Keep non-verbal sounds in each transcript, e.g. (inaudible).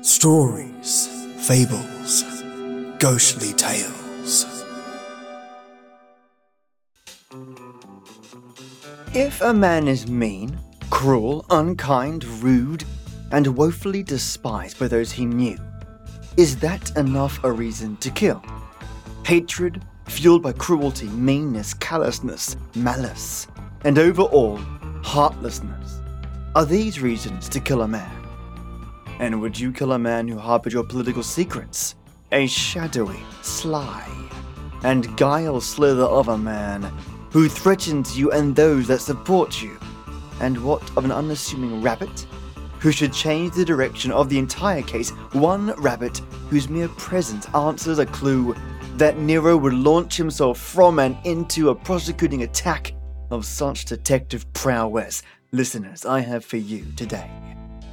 Stories, fables, ghostly tales. If a man is mean, cruel, unkind, rude, and woefully despised by those he knew, is that enough a reason to kill? Hatred, fueled by cruelty, meanness, callousness, malice, and overall, heartlessness, are these reasons to kill a man? And would you kill a man who harbored your political secrets? A shadowy, sly, and guile slither of a man who threatens you and those that support you? And what of an unassuming rabbit who should change the direction of the entire case? One rabbit whose mere presence answers a clue that Nero would launch himself from and into a prosecuting attack of such detective prowess. Listeners, I have for you today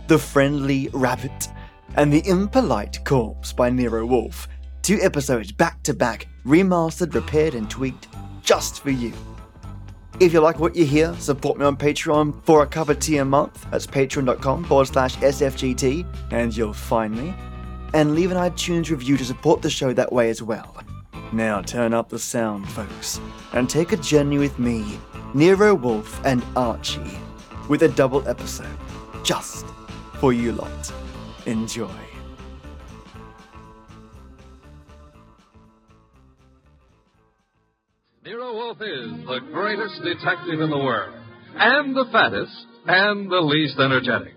the Friendly Rabbit, and The Impolite Corpse by Nero Wolf. Two episodes back to back, remastered, repaired, and tweaked just for you. If you like what you hear, support me on Patreon for a cup of tea a month. That's patreon.com forward slash SFGT, and you'll find me. And leave an iTunes review to support the show that way as well. Now turn up the sound, folks, and take a journey with me, Nero Wolf and Archie, with a double episode just for you lot. Enjoy. Nero Wolf is the greatest detective in the world, and the fattest, and the least energetic.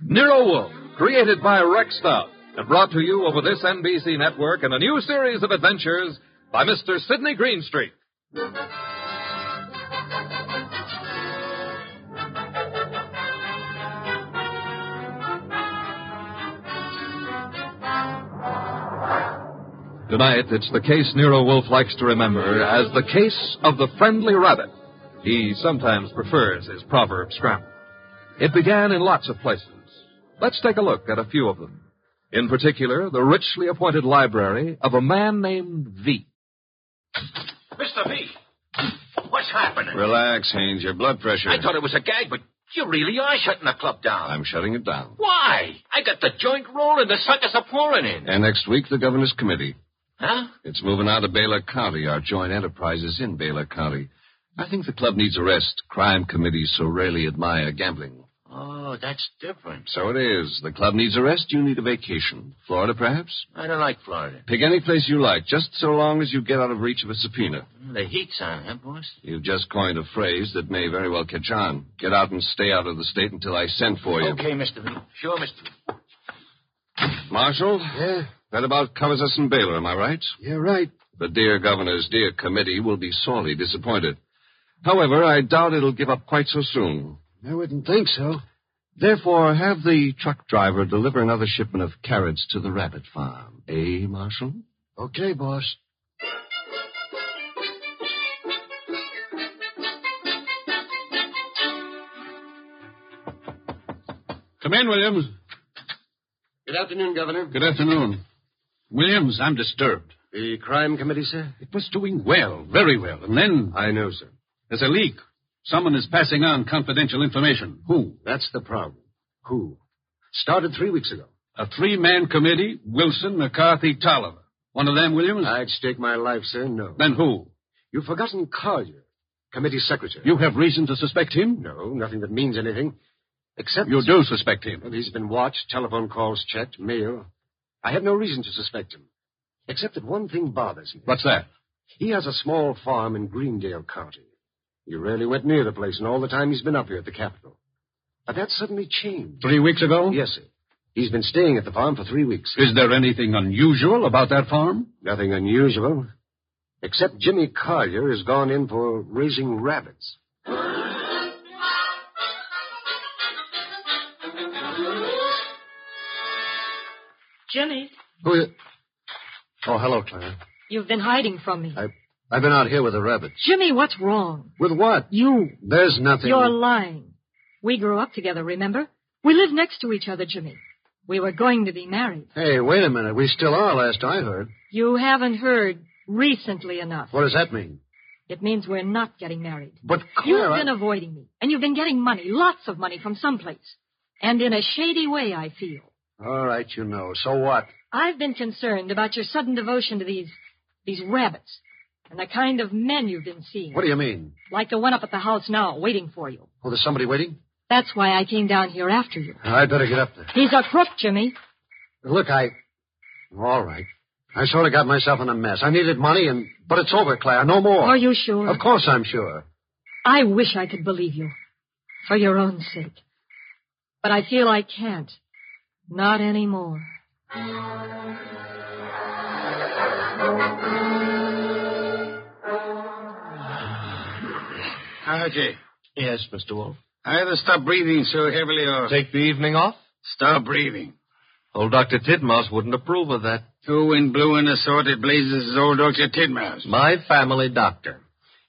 Nero Wolf, created by Rex Stout, and brought to you over this NBC network in a new series of adventures by Mr. Sidney Greenstreet. Tonight, it's the case Nero Wolf likes to remember as the case of the friendly rabbit. He sometimes prefers his proverb scramble. It began in lots of places. Let's take a look at a few of them. In particular, the richly appointed library of a man named V. Mr. V, what's happening? Relax, Haines. Your blood pressure. I thought it was a gag, but you really are shutting the club down. I'm shutting it down. Why? I got the joint rolling, the suckers are pouring in. And next week, the governor's committee. Huh? It's moving out of Baylor County. Our joint enterprise is in Baylor County. I think the club needs a rest. Crime committees so rarely admire gambling. Oh, that's different. So it is. The club needs a rest. You need a vacation. Florida, perhaps? I don't like Florida. Pick any place you like, just so long as you get out of reach of a subpoena. The heat's on, huh, boss? You've just coined a phrase that may very well catch on. Get out and stay out of the state until I send for you. Okay, Mr. V. Sure, Mr. V. Marshal? Yeah? That about covers us in Baylor, am I right? Yeah, right. The dear governor's dear committee will be sorely disappointed. However, I doubt it'll give up quite so soon. I wouldn't think so. Therefore, have the truck driver deliver another shipment of carrots to the rabbit farm. Eh, Marshal? Okay, boss. Come in, Williams. Good afternoon, Governor. Good afternoon. Williams, I'm disturbed. The crime committee, sir? It was doing well, very well. And then I know, sir. there's a leak. Someone is passing on confidential information. Who? That's the problem. Who? Started three weeks ago. A three man committee Wilson, McCarthy, Tolliver. One of them, Williams? I'd stake my life, sir. No. Then who? You've forgotten Collier, committee secretary. You have reason to suspect him? No, nothing that means anything. Except You do suspect him. Well, he's been watched, telephone calls checked, mail. I have no reason to suspect him. Except that one thing bothers me. What's that? He has a small farm in Greendale County. He rarely went near the place in all the time he's been up here at the capital. But that suddenly changed. Three weeks ago? Yes, sir. He's been staying at the farm for three weeks. Is there anything unusual about that farm? Nothing unusual. Except Jimmy Collier has gone in for raising rabbits. Jimmy, Who is... Oh, hello, Clara. you've been hiding from me. I, I've been out here with the rabbits. Jimmy, what's wrong? With what? You. There's nothing. You're lying. We grew up together, remember? We lived next to each other, Jimmy. We were going to be married. Hey, wait a minute. We still are, last I heard. You haven't heard recently enough. What does that mean? It means we're not getting married. But You've been avoiding me, and you've been getting money, lots of money from someplace. And in a shady way, I feel. All right, you know. So what? I've been concerned about your sudden devotion to these these rabbits and the kind of men you've been seeing. What do you mean? Like the one up at the house now, waiting for you. Oh, there's somebody waiting? That's why I came down here after you. I'd better get up there. He's a crook, Jimmy. Look, I. All right. I sort of got myself in a mess. I needed money, and. But it's over, Claire. No more. Are you sure? Of course I'm sure. I wish I could believe you. For your own sake. But I feel I can't. Not anymore. Archie, Yes, Mr. Wolf. either stop breathing so heavily or Take the evening off? stop breathing. Old Dr. Titmouse wouldn't approve of that. Two in blue and assorted blazes is old Dr. Tidmouse. My family doctor.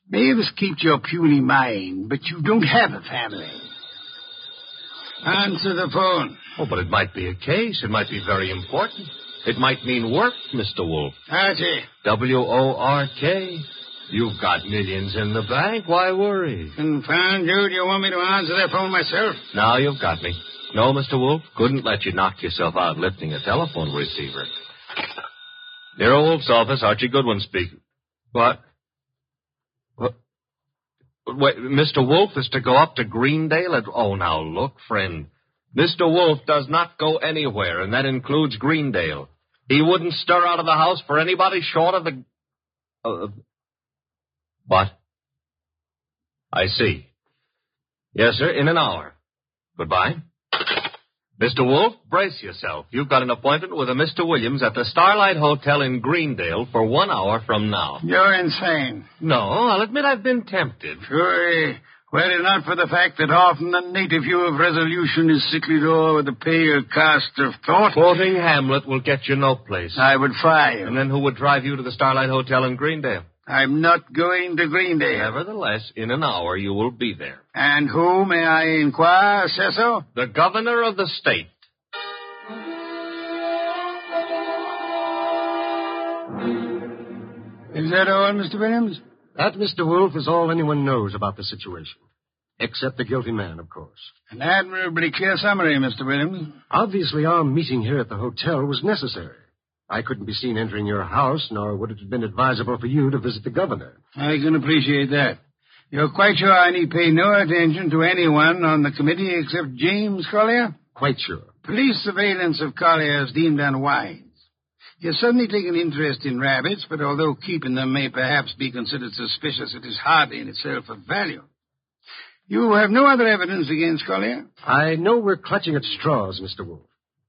Mavis keep your puny mind, but you don't have a family. Answer the phone. Oh, but it might be a case. It might be very important. It might mean work, Mr. Wolf. Archie, W O R K. You've got millions in the bank. Why worry? confound you. Do you want me to answer the phone myself? Now you've got me. No, Mr. Wolf, couldn't let you knock yourself out lifting a telephone receiver. Nero Wolf's office, Archie Goodwin speaking. What? What? Wait, Mr. Wolf is to go up to Greendale at. Oh, now look, friend. Mr. Wolf does not go anywhere, and that includes Greendale. He wouldn't stir out of the house for anybody short of the. Uh, what? I see. Yes, sir, in an hour. Goodbye. Mr. Wolf, brace yourself. You've got an appointment with a Mr. Williams at the Starlight Hotel in Greendale for one hour from now. You're insane. No, I'll admit I've been tempted. Sure, eh, were it not for the fact that often the native view of resolution is sicklied o'er with the pale cast of thought, Quoting Hamlet will get you no place. I would fire you. And then who would drive you to the Starlight Hotel in Greendale? I'm not going to Greendale. Nevertheless, in an hour you will be there. And who, may I inquire, Cecil? The governor of the state. Is that all, Mr. Williams? That, Mr. Wolf, is all anyone knows about the situation. Except the guilty man, of course. An admirably clear summary, Mr. Williams. Obviously, our meeting here at the hotel was necessary. I couldn't be seen entering your house, nor would it have been advisable for you to visit the governor. I can appreciate that. You're quite sure I need pay no attention to anyone on the committee except James Collier? Quite sure. Police surveillance of Collier is deemed unwise. He has suddenly taken interest in rabbits, but although keeping them may perhaps be considered suspicious, it is hardly in itself of value. You have no other evidence against Collier? I know we're clutching at straws, Mr. Wolf,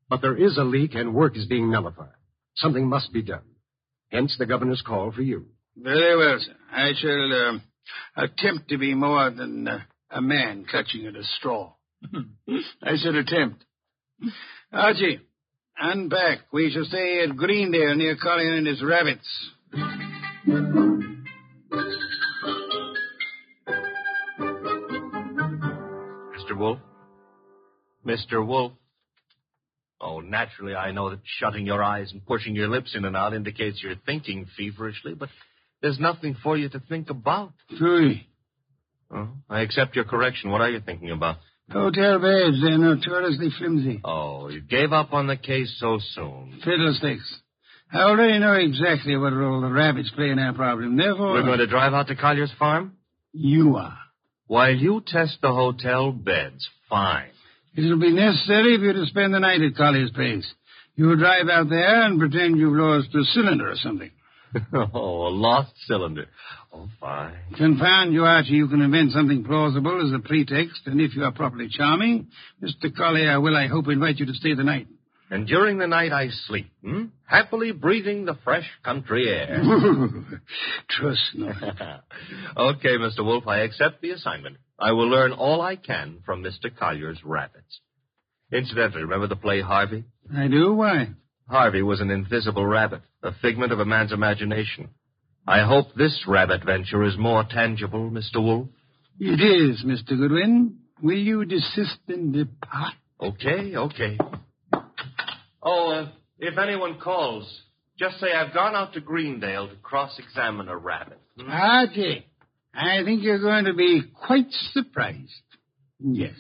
but there is a leak and work is being nullified. Something must be done. Hence the governor's call for you. Very well, sir. I shall um attempt to be more than uh, a man clutching at a straw. I said attempt. Archie, unpack. We shall stay at Greendale near Collier and his rabbits. Mr. Wolf? Mr. Wolf? Oh, naturally, I know that shutting your eyes and pushing your lips in and out indicates you're thinking feverishly, but there's nothing for you to think about. Three. Oh, I accept your correction. What are you thinking about? Hotel beds, they're notoriously flimsy. Oh, you gave up on the case so soon. Fiddlesticks. I already know exactly what role the rabbits play in our problem. Therefore, We're going to drive out to Collier's farm? you are. While you test the hotel beds, fine. It'll be necessary for you to spend the night at Collier's place. You will drive out there and pretend you've lost a cylinder or something. (laughs) oh, a lost cylinder. Oh, fine. Confound you, Archie, you can invent something plausible as a pretext, and if you are properly charming, Mr. Collier will, I hope, invite you to stay the night. And during the night I sleep, hmm? happily breathing the fresh country air. (laughs) Trust not. (laughs) okay, Mr. Wolf, I accept the assignment. I will learn all I can from Mr. Collier's rabbits. Incidentally, remember the play Harvey? I do? Why? Harvey was an invisible rabbit, a figment of a man's imagination. I hope this rabbit venture is more tangible, Mr. Wolf. It is, Mr. Goodwin. Will you desist and depart? Okay, okay. Oh, uh, if anyone calls, just say I've gone out to Greendale to cross-examine a rabbit. Archie, I think you're going to be quite (laughs) surprised. Yes.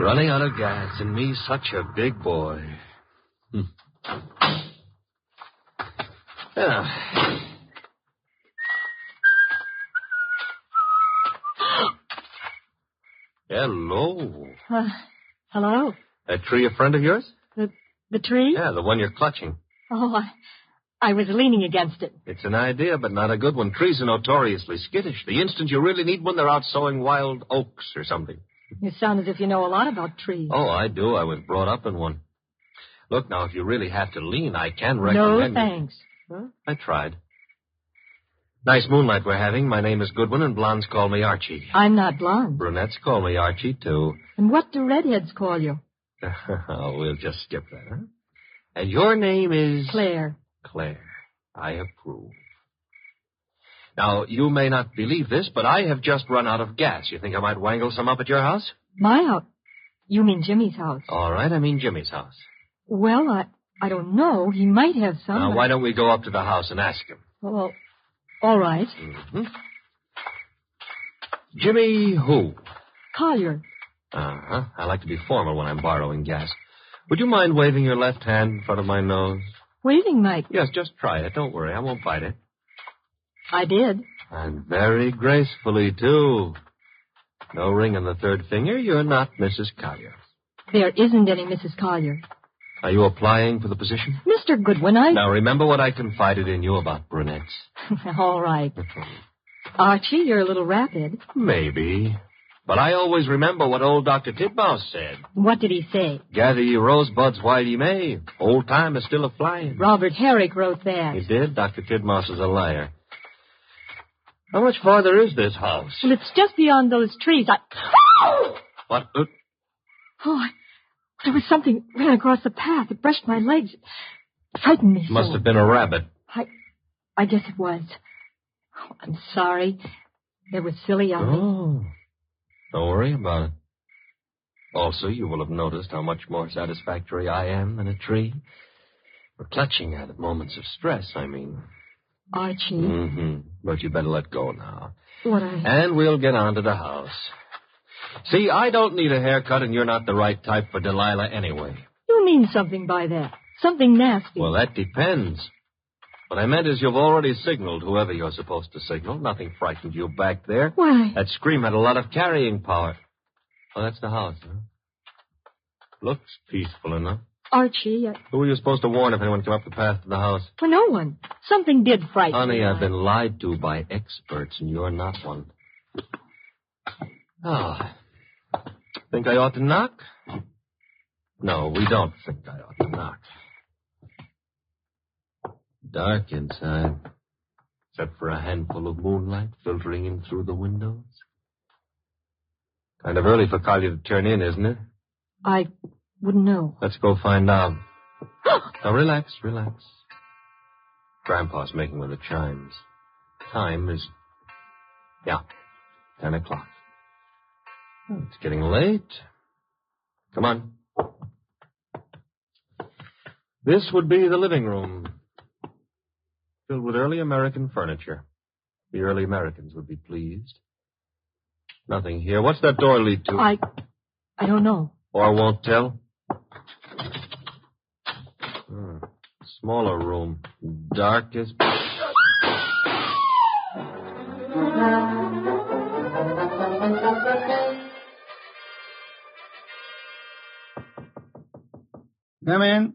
Running out of gas, and me such a big boy. Hmm. Ah. Hello. Uh, hello? That tree a friend of yours? The, the tree? Yeah, the one you're clutching. Oh, I, I was leaning against it. It's an idea, but not a good one. Trees are notoriously skittish. The instant you really need one, they're out sowing wild oaks or something. You sound as if you know a lot about trees. Oh, I do. I was brought up in one. Look now, if you really have to lean, I can no, recommend. it. thanks. Huh? I tried. Nice moonlight we're having. My name is Goodwin, and blondes call me Archie. I'm not blonde. Brunettes call me Archie too. (laughs) Oh, And what do redheads call you? we'll just skip that, huh? And your name is Claire. Claire. I approve. Now you may not believe this, but I have just run out of gas. You think I might wangle some up at your house? My house. You mean Jimmy's house? All right, I mean Jimmy's house. Well, I, I don't know. He might have some. Now, why don't we go up to the house and ask him? Well, all right. hmm Jimmy who? Collier. Uh huh. I like to be formal when I'm borrowing gas. Would you mind waving your left hand in front of my nose? Waving Mike. Yes, just try it. Don't worry. I won't bite it. I did. And very gracefully, too. No ring on the third finger. You're not Mrs. Collier. There isn't any Mrs. Collier. Are you applying for the position? Mr. Goodwin, I. (laughs) Now, remember what I confided in you about brunettes. all right. Archie, you're a little rapid. Maybe. But I always remember what old Dr. Titmouse said. What did he say? Gather your rosebuds while you may. Old time is still a-flying. Robert Herrick wrote that. You did? Dr. Tidmoss is a liar. How much farther is this house? Well, it's just beyond those trees. I. (laughs) What? Uh, Oh, I... there was something ran across the path. It brushed my legs. It frightened me. so. must have been a rabbit. I, I guess it was. Oh, I'm sorry. There was silly of me. Oh. Don't worry about it. Also, you will have noticed how much more satisfactory I am than a tree. We're clutching at it, moments of stress, I mean. Archie, Mm-hmm. But you better let go now. what I. And we'll get on to the house. See, I don't need a haircut, and you're not the right type for Delilah anyway. You mean something by that. Something nasty. Well, that depends. What I meant is you've already signaled whoever you're supposed to signal. Nothing frightened you back there. Why? That scream had a lot of carrying power. Oh, that's the house, huh? Looks peaceful enough. Archie, I... Who were you supposed to warn if anyone came up the path to the house? well, no one. Something did frighten me. Honey, I've I- been lied to by experts, and you're not one. Ah. Think I ought to knock? No, we don't think I ought to knock. Dark inside, except for a handful of moonlight filtering in through the windows. Kind of early for Collier to turn in, isn't it? I wouldn't know. (gasps) Let's go find out. now Oh, relax, relax. Grandpa's making one of the chimes. Time is, yeah, ten o'clock. Oh, it's getting late. Come on. This would be the living room, filled with early American furniture. The early Americans would be pleased. Nothing here. What's that door lead to? I. I don't know. Or won't tell? Hmm. Smaller room. Dark as. Come in.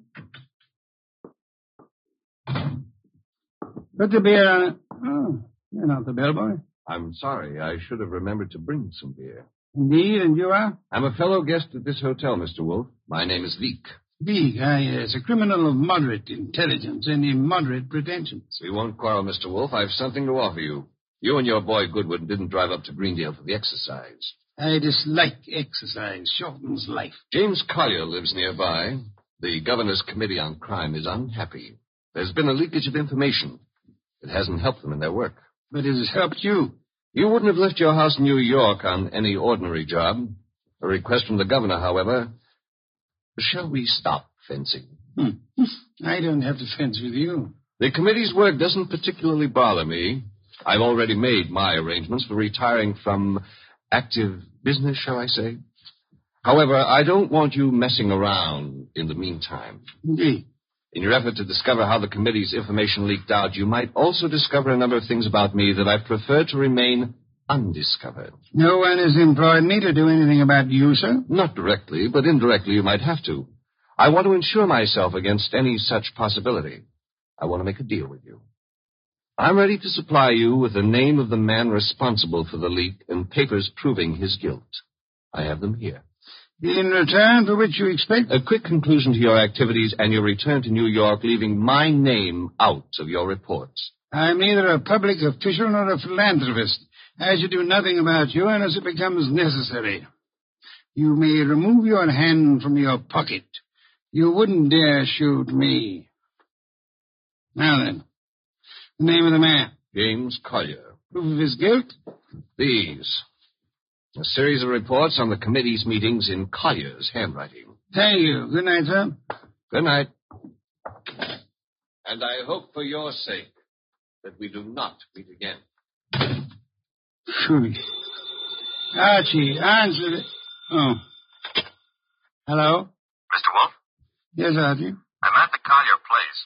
Put the beer on it. Hmm. Oh, you're not the bellboy. I'm sorry. I should have remembered to bring some beer. Indeed, and you are? I'm a fellow guest at this hotel, Mr. Wolf. My name is Leek. Big, I is a criminal of moderate intelligence and immoderate pretensions. We won't quarrel, Mr. Wolf. I've something to offer you. You and your boy Goodwin didn't drive up to Greendale for the exercise. I dislike exercise, shortens life. James Collier lives nearby. The governor's committee on crime is unhappy. There's been a leakage of information. It hasn't helped them in their work. But it has helped you. You wouldn't have left your house in New York on any ordinary job. A request from the governor, however. Shall we stop fencing? Hmm. (laughs) I don't have to fence with you. The committee's work doesn't particularly bother me. I've already made my arrangements for retiring from active business, shall I say? However, I don't want you messing around in the meantime. Indeed. In your effort to discover how the committee's information leaked out, you might also discover a number of things about me that I prefer to remain undiscovered. No one has employed me to do anything about you, sir. Not directly, but indirectly you might have to. I want to insure myself against any such possibility. I want to make a deal with you. I'm ready to supply you with the name of the man responsible for the leak and papers proving his guilt. I have them here. In return for which you expect. A quick conclusion to your activities and your return to New York, leaving my name out of your reports. I'm neither a public official nor a philanthropist. I should do nothing about you unless it becomes necessary. You may remove your hand from your pocket. You wouldn't dare shoot me. Now then, the name of the man, James Collier. proof of his guilt, These. A series of reports on the committee's meetings in Collier's handwriting. Thank you. Good night, sir. Good night. And I hope for your sake that we do not meet again. Phew. Archie, answer it. Oh. Hello? Mr. Wolf, Yes, Archie. I'm at the Collier place.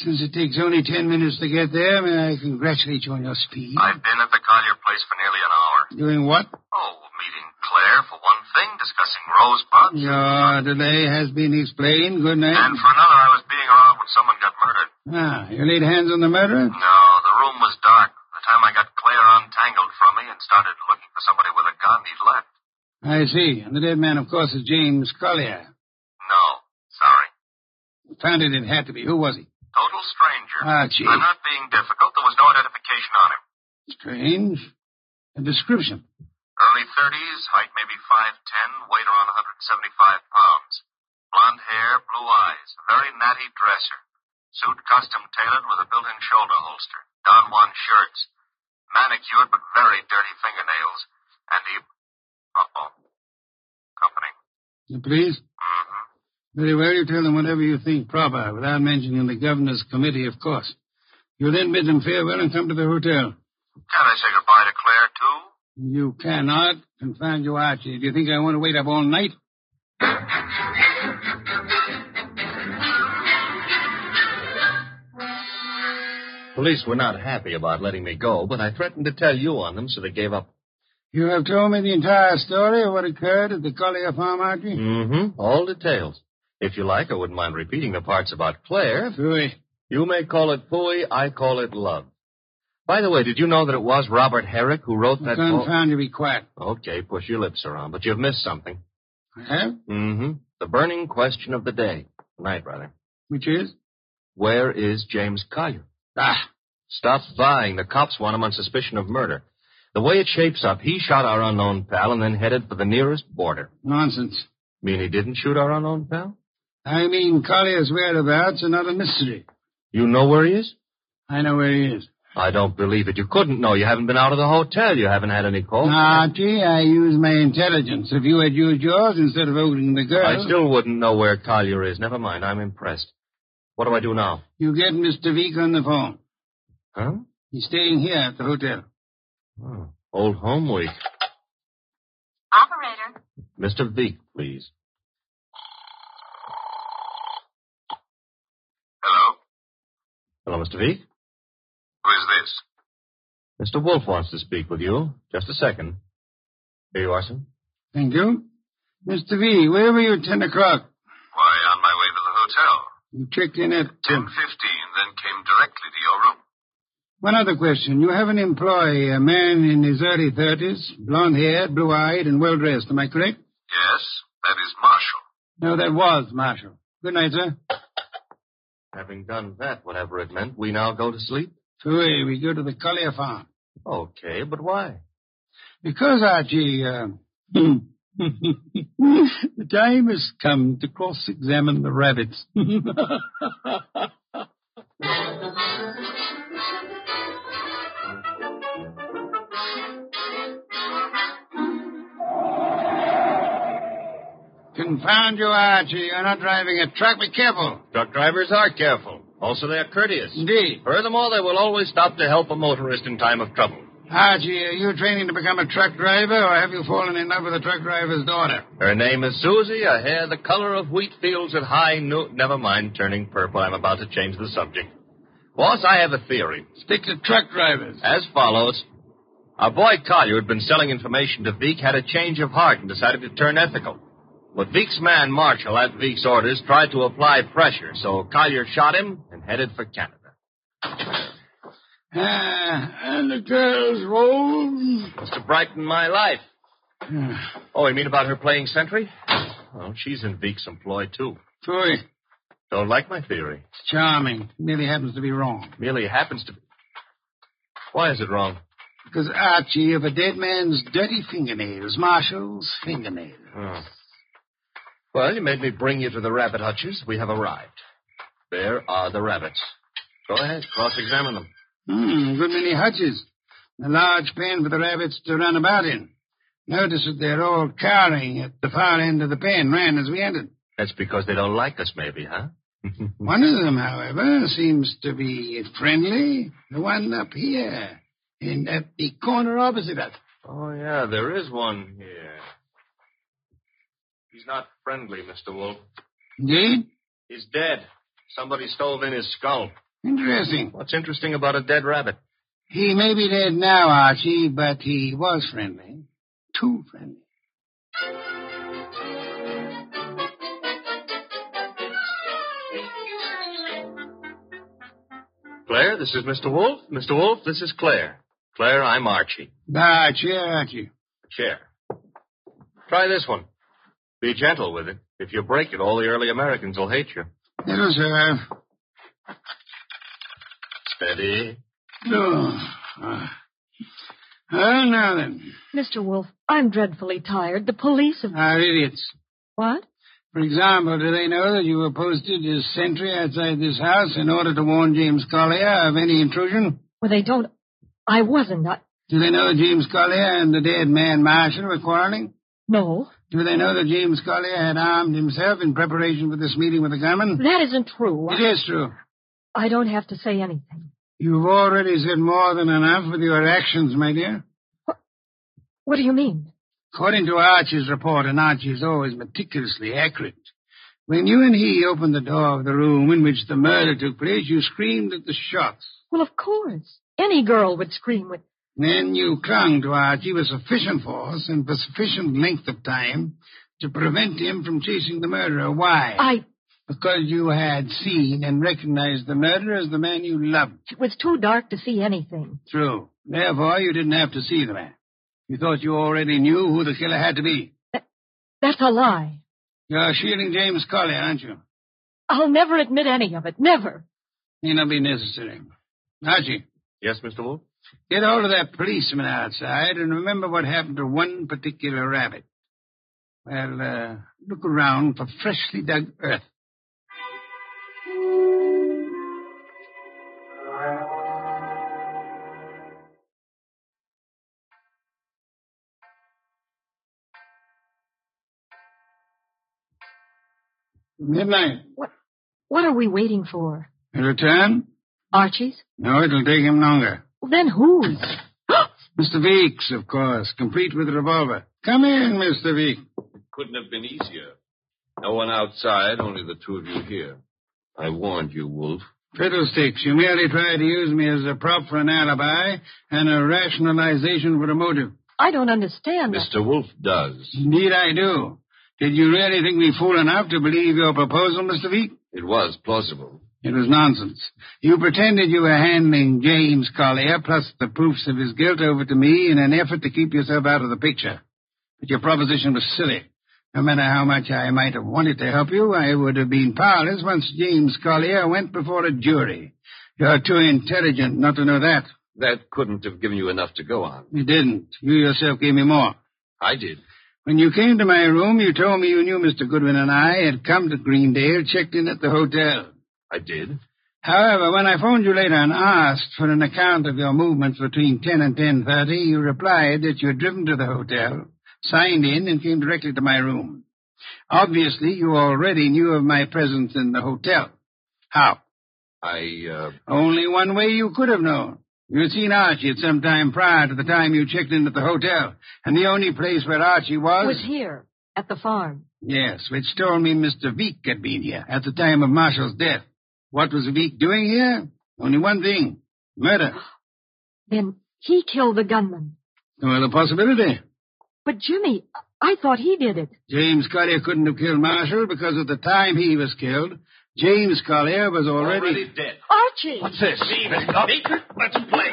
Since it takes only ten minutes to get there, may I congratulate you on your speed? I've been at the Collier place for nearly an hour. Doing what? Oh, meeting Claire for one thing, discussing Rosebud. Your delay has been explained. Good night. And for another, I was being around when someone got murdered. Ah, you laid hands on the murderer? No, the room was dark. The time I got Claire untangled from me and started looking for somebody with a gun, he'd left. I see. And the dead man, of course, is James Collier. No, sorry. Founded it had to be. Who was he? Ah, Total stranger. Archie. I'm not being difficult. There was no identification on him. Strange. A description. Early 30s, height maybe 5'10, weight around 175 pounds. Blonde hair, blue eyes, a very natty dresser. Suit custom tailored with a built in shoulder holster. Don Juan shirts. Manicured but very dirty fingernails. And he. Uh oh. Company. You please? Mm-hmm. Very well, you tell them whatever you think proper, without mentioning the governor's committee, of course. You then bid them farewell and come to the hotel. Can I say goodbye to Claire, too? You cannot. Confound you, Archie. Do you think I want to wait up all night? Police were not happy about letting me go, but I threatened to tell you on them, so they gave up. You have told me the entire story of what occurred at the Collier farm, Archie? Mm-hmm. All details. If you like, I wouldn't mind repeating the parts about Claire. Pooey. You may call it pooey, I call it love. By the way, did you know that it was Robert Herrick who wrote that poem? Confound you, be quiet. Okay, push your lips around, but you've missed something. I have? Mm-hmm. The burning question of the day. Good night, brother. Which is? Where is James Collier? Ah, Stop buying. The cops want him on suspicion of murder. The way it shapes up, he shot our unknown pal and then headed for the nearest border. nonsense. Mean he didn't shoot our unknown pal? I mean, Collier's whereabouts are not a mystery. You know where he is? I know where he is. I don't believe it. You couldn't know. You haven't been out of the hotel. You haven't had any calls. Archie, I use my intelligence. If you had used yours instead of ogling the girl, I still wouldn't know where Collier is. Never mind. I'm impressed. What do I do now? you get Mr. Veek on the phone. Huh? He's staying here at the hotel. Oh, old home week. Operator, Mr. Veek, please. Hello? Hello, Mr. Veek. Who is this? Mr. Wolf wants to speak with you. Just a second. Here you are, sir. Thank you. Mr. V, where were you at 10 o'clock? Why, on my way to the hotel. You checked in 10.15, at then came directly to your room. One other question. You have an employee, a man in his early 30s, blond haired, blue eyed, and well dressed. Am I correct? Yes, that is Marshall. No, that was Marshall. Good night, sir. Having done that, whatever it meant, we now go to sleep? Fooey, we go to the Collier farm. Okay, but why? Because, Archie, uh, (laughs) the time has come to cross examine the rabbits. (laughs) Confound you, Archie. You're not driving a truck. Be careful. Truck drivers are careful. Also, they are courteous. Indeed. Furthermore, they will always stop to help a motorist in time of trouble. Archie, are you training to become a truck driver, or have you fallen in love with a truck driver's daughter? Her name is Susie, her hair the color of wheat fields at high noon. Never mind turning purple. I'm about to change the subject. Boss, I have a theory. Stick to truck drivers. As follows. Our boy Collier, who'd been selling information to Veek, had a change of heart and decided to turn ethical. But Veek's man, Marshall, at Veek's orders, tried to apply pressure, so Collier shot him and headed for Canada. Ah, and the girl's role? It's to brighten my (sighs) life. oh, you mean about her playing sentry? Well, she's in Veek's employ, too. Boy, Don't like my theory. it's charming. Merely happens to be wrong. Merely happens to be. Why is it wrong? Because, Archie, of a dead man's dirty fingernails, Marshall's fingernails. Oh. Well, you made me bring you to the rabbit hutches. We have arrived. There are the rabbits. Go ahead, cross examine them. Hmm, good many hutches. A large pen for the rabbits to run about in. Notice that they're all cowering at the far end of the pen, ran as we entered. That's because they don't like us, maybe, huh? One of them, however, seems to be friendly. The one up here, and at the corner opposite us. Oh, yeah, there is one here. He's not friendly, Mr. Wolf. Indeed? He's dead. Somebody stole in his skull. Interesting. What's interesting about a dead rabbit? He may be dead now, Archie, but he was friendly. Too friendly. Claire, this is Mr. Wolf. Mr. Wolf, this is Claire. Claire, I'm Archie. Archie, Archie. Chair. Try this one. Be gentle with it. If you break it, all the early Americans will hate you. It'll serve. Steady. No. Ah. Well, now then. Mr. Wolf, I'm dreadfully tired. The police have. Our idiots. What? For example, do they know that you were posted as sentry outside this house in order to warn James Collier of any intrusion? Well, they don't. I wasn't. I... Do they know that James Collier and the dead man Marshall were quarreling? No. Do they know that James Collier had armed himself in preparation for this meeting with the gunman? That isn't true. I- It is true. I don't have to say anything. You've already said more than enough with your actions, my dear. What do you mean? According to Archie's report, and Archie is always meticulously accurate, when you and he opened the door of the room in which the murder took place, you screamed at the shots. Well, of course. Any girl would scream with. Then you clung to Archie with sufficient force and for sufficient length of time to prevent him from chasing the murderer. Why? I. Because you had seen and recognized the murderer as the man you loved. It was too dark to see anything. True. Therefore, you didn't have to see the man. You thought you already knew who the killer had to be. That's a lie. You're shielding James Collier, aren't you? I'll never admit any of it. Never. May not be necessary. Archie, Yes, Mr. Wolf? get hold of that policeman outside and remember what happened to one particular rabbit. Well, uh, look around for freshly dug earth. Midnight. What are we waiting for? He'll return? Archie's? No, it'll take him longer. Well, then whose? Mr. Veeks, of course, complete with a revolver. Come in, Mr. Veek. Couldn't have been easier. No one outside, only the two of you here. I warned you, Wolf. Fiddlesticks, you merely tried to use me as a prop for an alibi and a rationalization for a motive. I don't understand. that. Mr. Wolf does. Indeed, I do. Did you really think me fool enough to believe your proposal, Mr. Veek? It was plausible. It was nonsense. You pretended you were handing James Collier plus the proofs of his guilt over to me in an effort to keep yourself out of the picture. But your proposition was silly. No matter how much I might have wanted to help you, I would have been powerless once James Collier went before a jury. You're too intelligent not to know that. That couldn't have given you enough to go on. You didn't. You yourself gave me more. I did. When you came to my room, you told me you knew Mr. Goodwin and I had come to Greendale, checked in at the hotel. I did. However, when I phoned you later and asked for an account of your movements between 10 and 10.30, you replied that you had driven to the hotel, signed in, and came directly to my room. Obviously, you already knew of my presence in the hotel. How? I, uh, Only one way you could have known. You'd seen Archie at some time prior to the time you checked in at the hotel, and the only place where Archie was. was here at the farm. Yes, which told me Mr. Veek had been here at the time of Marshall's death. What was Veek doing here? Only one thing murder. Then he killed the gunman. No other possibility. But Jimmy, I thought he did it. James Collier couldn't have killed Marshall because at the time he was killed, James Collier was already. dead. Archie! What's this? Leave it, Dobby. Let's play.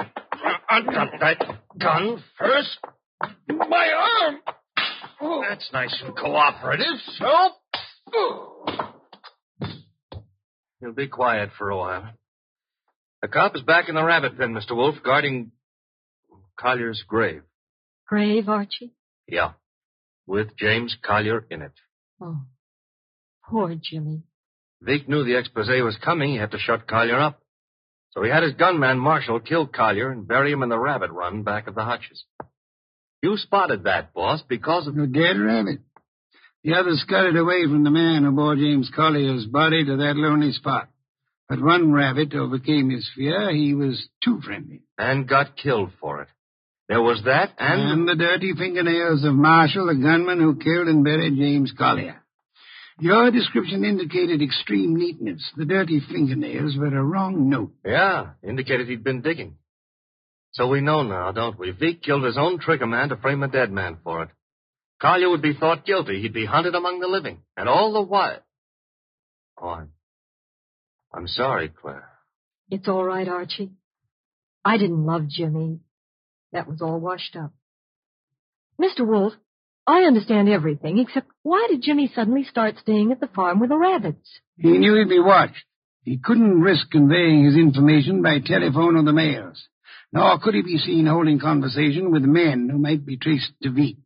Uncut that gun first. My arm! That's nice and cooperative, so. You'll be quiet for a while. The cop is back in the rabbit pen, Mr. Wolf, guarding Collier's grave. Grave, Archie? Yeah. With James Collier in it. Oh, poor Jimmy. Veek knew the expose was coming. He had to shut Collier up. So he had his gunman, Marshall, kill Collier and bury him in the rabbit run back of the hutches. You spotted that, boss, because of... The dead rabbit. The others scuttled away from the man who bore James Collier's body to that lonely spot. But one rabbit overcame his fear. He was too friendly. And got killed for it. There was that and... And the dirty fingernails of Marshall, the gunman who killed and buried James Collier. Your description indicated extreme neatness. The dirty fingernails were a wrong note. Yeah, indicated he'd been digging. So we know now, don't we? Veek killed his own trigger man to frame a dead man for it. Collier would be thought guilty. He'd be hunted among the living. And all the while... Oh, I'm... I'm sorry, Claire. It's all right, Archie. I didn't love Jimmy. That was all washed up. Mr. Wolf, I understand everything, except why did Jimmy suddenly start staying at the farm with the rabbits? He knew he'd be watched. He couldn't risk conveying his information by telephone or the mails, nor could he be seen holding conversation with men who might be traced to Veek.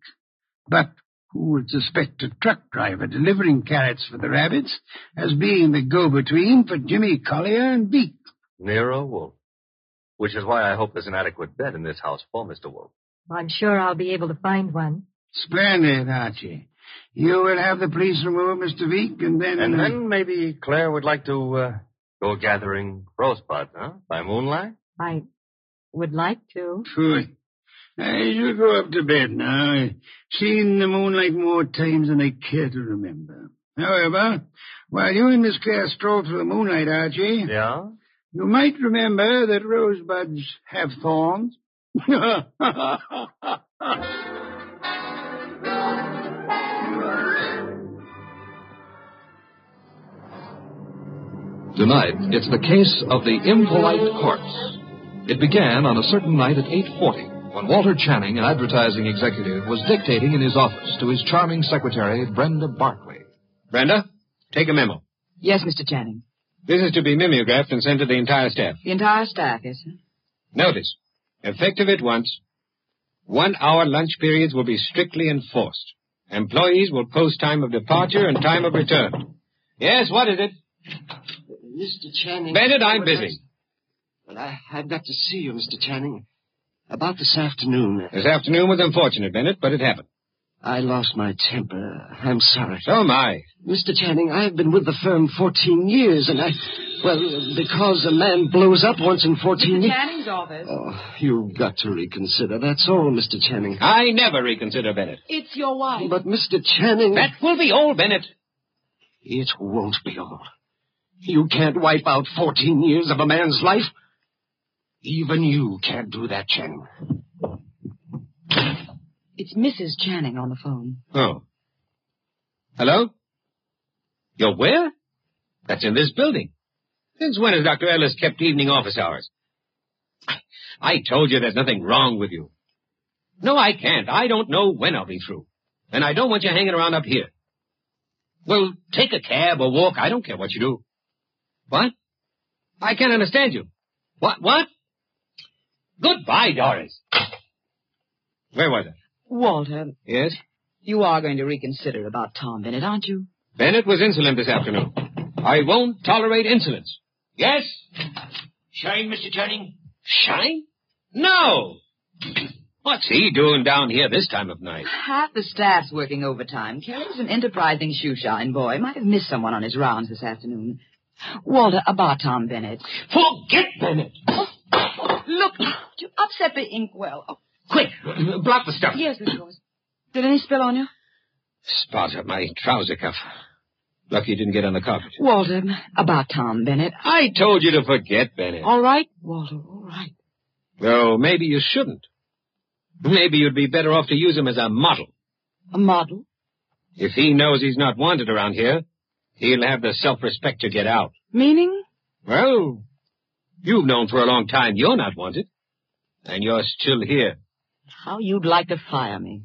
But who would suspect a truck driver delivering carrots for the rabbits as being the go-between for Jimmy Collier and Veek? Nero Wolf. Which is why I hope there's an adequate bed in this house for Mr. Wolf. I'm sure I'll be able to find one. Splendid, Archie. You will have the police remove Mr. Veek, and then... And then maybe Claire would like to uh, go gathering rosebud, huh? By moonlight? I would like to. Sure. I shall go up to bed now. I've seen the moonlight more times than I care to remember. However, while you and Miss Clare stroll through the moonlight, Archie, Yeah? you might remember that rosebuds have thorns. Tonight, it's the case of the impolite corpse. It began on a certain night at 8:40 when Walter Channing, an advertising executive, was dictating in his office to his charming secretary, Brenda Barclay. Brenda, take a memo. Yes, Mr. Channing. This is to be mimeographed and sent to the entire staff. The entire staff, yes, sir. Notice, effective at once, one hour lunch periods will be strictly enforced. Employees will post time of departure and time of return. Yes, what is it? Mr. Channing. Bennett, I'm busy. Well, I, I've got to see you, Mr. Channing. About this afternoon. This afternoon was unfortunate, Bennett, but it happened. I lost my temper. I'm sorry. So am I. Mr. Channing, I've been with the firm 14 years, and I. Well, because a man blows up once in 14 years. Channing's office. Oh, you've got to reconsider. That's all, Mr. Channing. I never reconsider Bennett. It's your wife. But, Mr. Channing. That will be old, Bennett. It won't be all. You can't wipe out 14 years of a man's life. Even you can't do that, Channing. It's Mrs. Channing on the phone. Oh. Hello? You're where? That's in this building. Since when has Dr. Ellis kept evening office hours? I told you there's nothing wrong with you. No, I can't. I don't know when I'll be through. And I don't want you hanging around up here. Well, take a cab or walk. I don't care what you do. What? I can't understand you. What? What? Goodbye, Doris. Where was I? Walter, Yes? you are going to reconsider about Tom Bennett, aren't you? Bennett was insolent this afternoon. I won't tolerate insolence. Yes? Shine, Mr. Channing. Shine? No! What's he doing down here this time of night? Half the staff's working overtime. Kelly's an enterprising shoeshine boy. Might have missed someone on his rounds this afternoon. Walter, about Tom Bennett. Forget Bennett! Look, You upset the inkwell. Oh, Quick, block the stuff. yes, of course. Did any spill on you? Spot up my trouser cuff. Lucky you didn't get on the carpet. Walter, about Tom Bennett. I told you to forget, Bennett. All right, Walter, all right. Though maybe you shouldn't. Maybe you'd be better off to use him as a model. A model? If he knows he's not wanted around here, he'll have the self-respect to get out. Meaning? Well, you've known for a long time you're not wanted. And you're still here. How you'd like to fire me.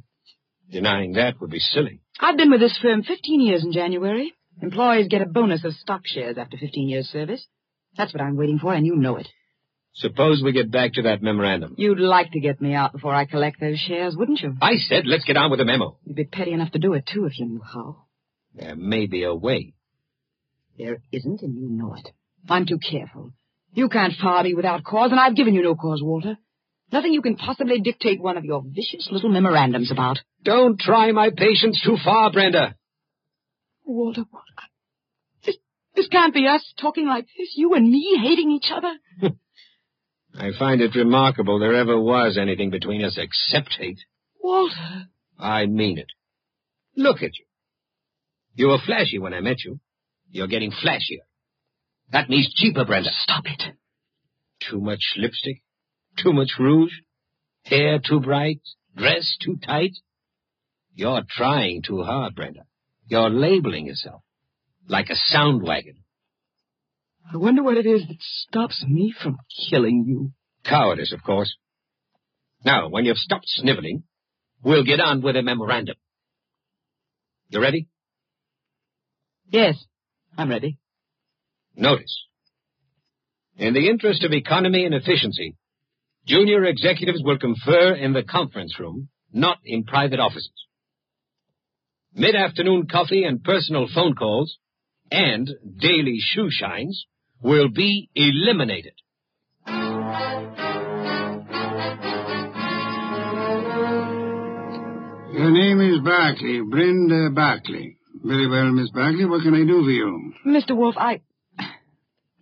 Denying that would be silly. I've been with this firm 15 years in January. Employees get a bonus of stock shares after 15 years' service. That's what I'm waiting for, and you know it. Suppose we get back to that memorandum. You'd like to get me out before I collect those shares, wouldn't you? I said let's get on with the memo. You'd be petty enough to do it, too, if you knew how. There may be a way. There isn't, and you know it. I'm too careful. You can't fire me without cause, and I've given you no cause, Walter. Nothing you can possibly dictate one of your vicious little memorandums about. Don't try my patience too far, Brenda. Walter, what? This, this can't be us talking like this. You and me hating each other. I find it remarkable there ever was anything between us except hate. Walter. I mean it. Look at you. You were flashy when I met you. You're getting flashier. That means cheaper, Brenda. Stop it. Too much lipstick, too much rouge, hair too bright, dress too tight. You're trying too hard, Brenda. You're labeling yourself like a sound wagon. I wonder what it is that stops me from killing you. Cowardice, of course. Now, when you've stopped sniveling, we'll get on with the memorandum. You ready? Yes, I'm ready. Notice. In the interest of economy and efficiency, junior executives will confer in the conference room, not in private offices. Mid afternoon coffee and personal phone calls and daily shoe shines will be eliminated. Your name is Barclay, Brenda Barclay. Very well, Miss Barclay. What can I do for you? Mr. Wolf, I. I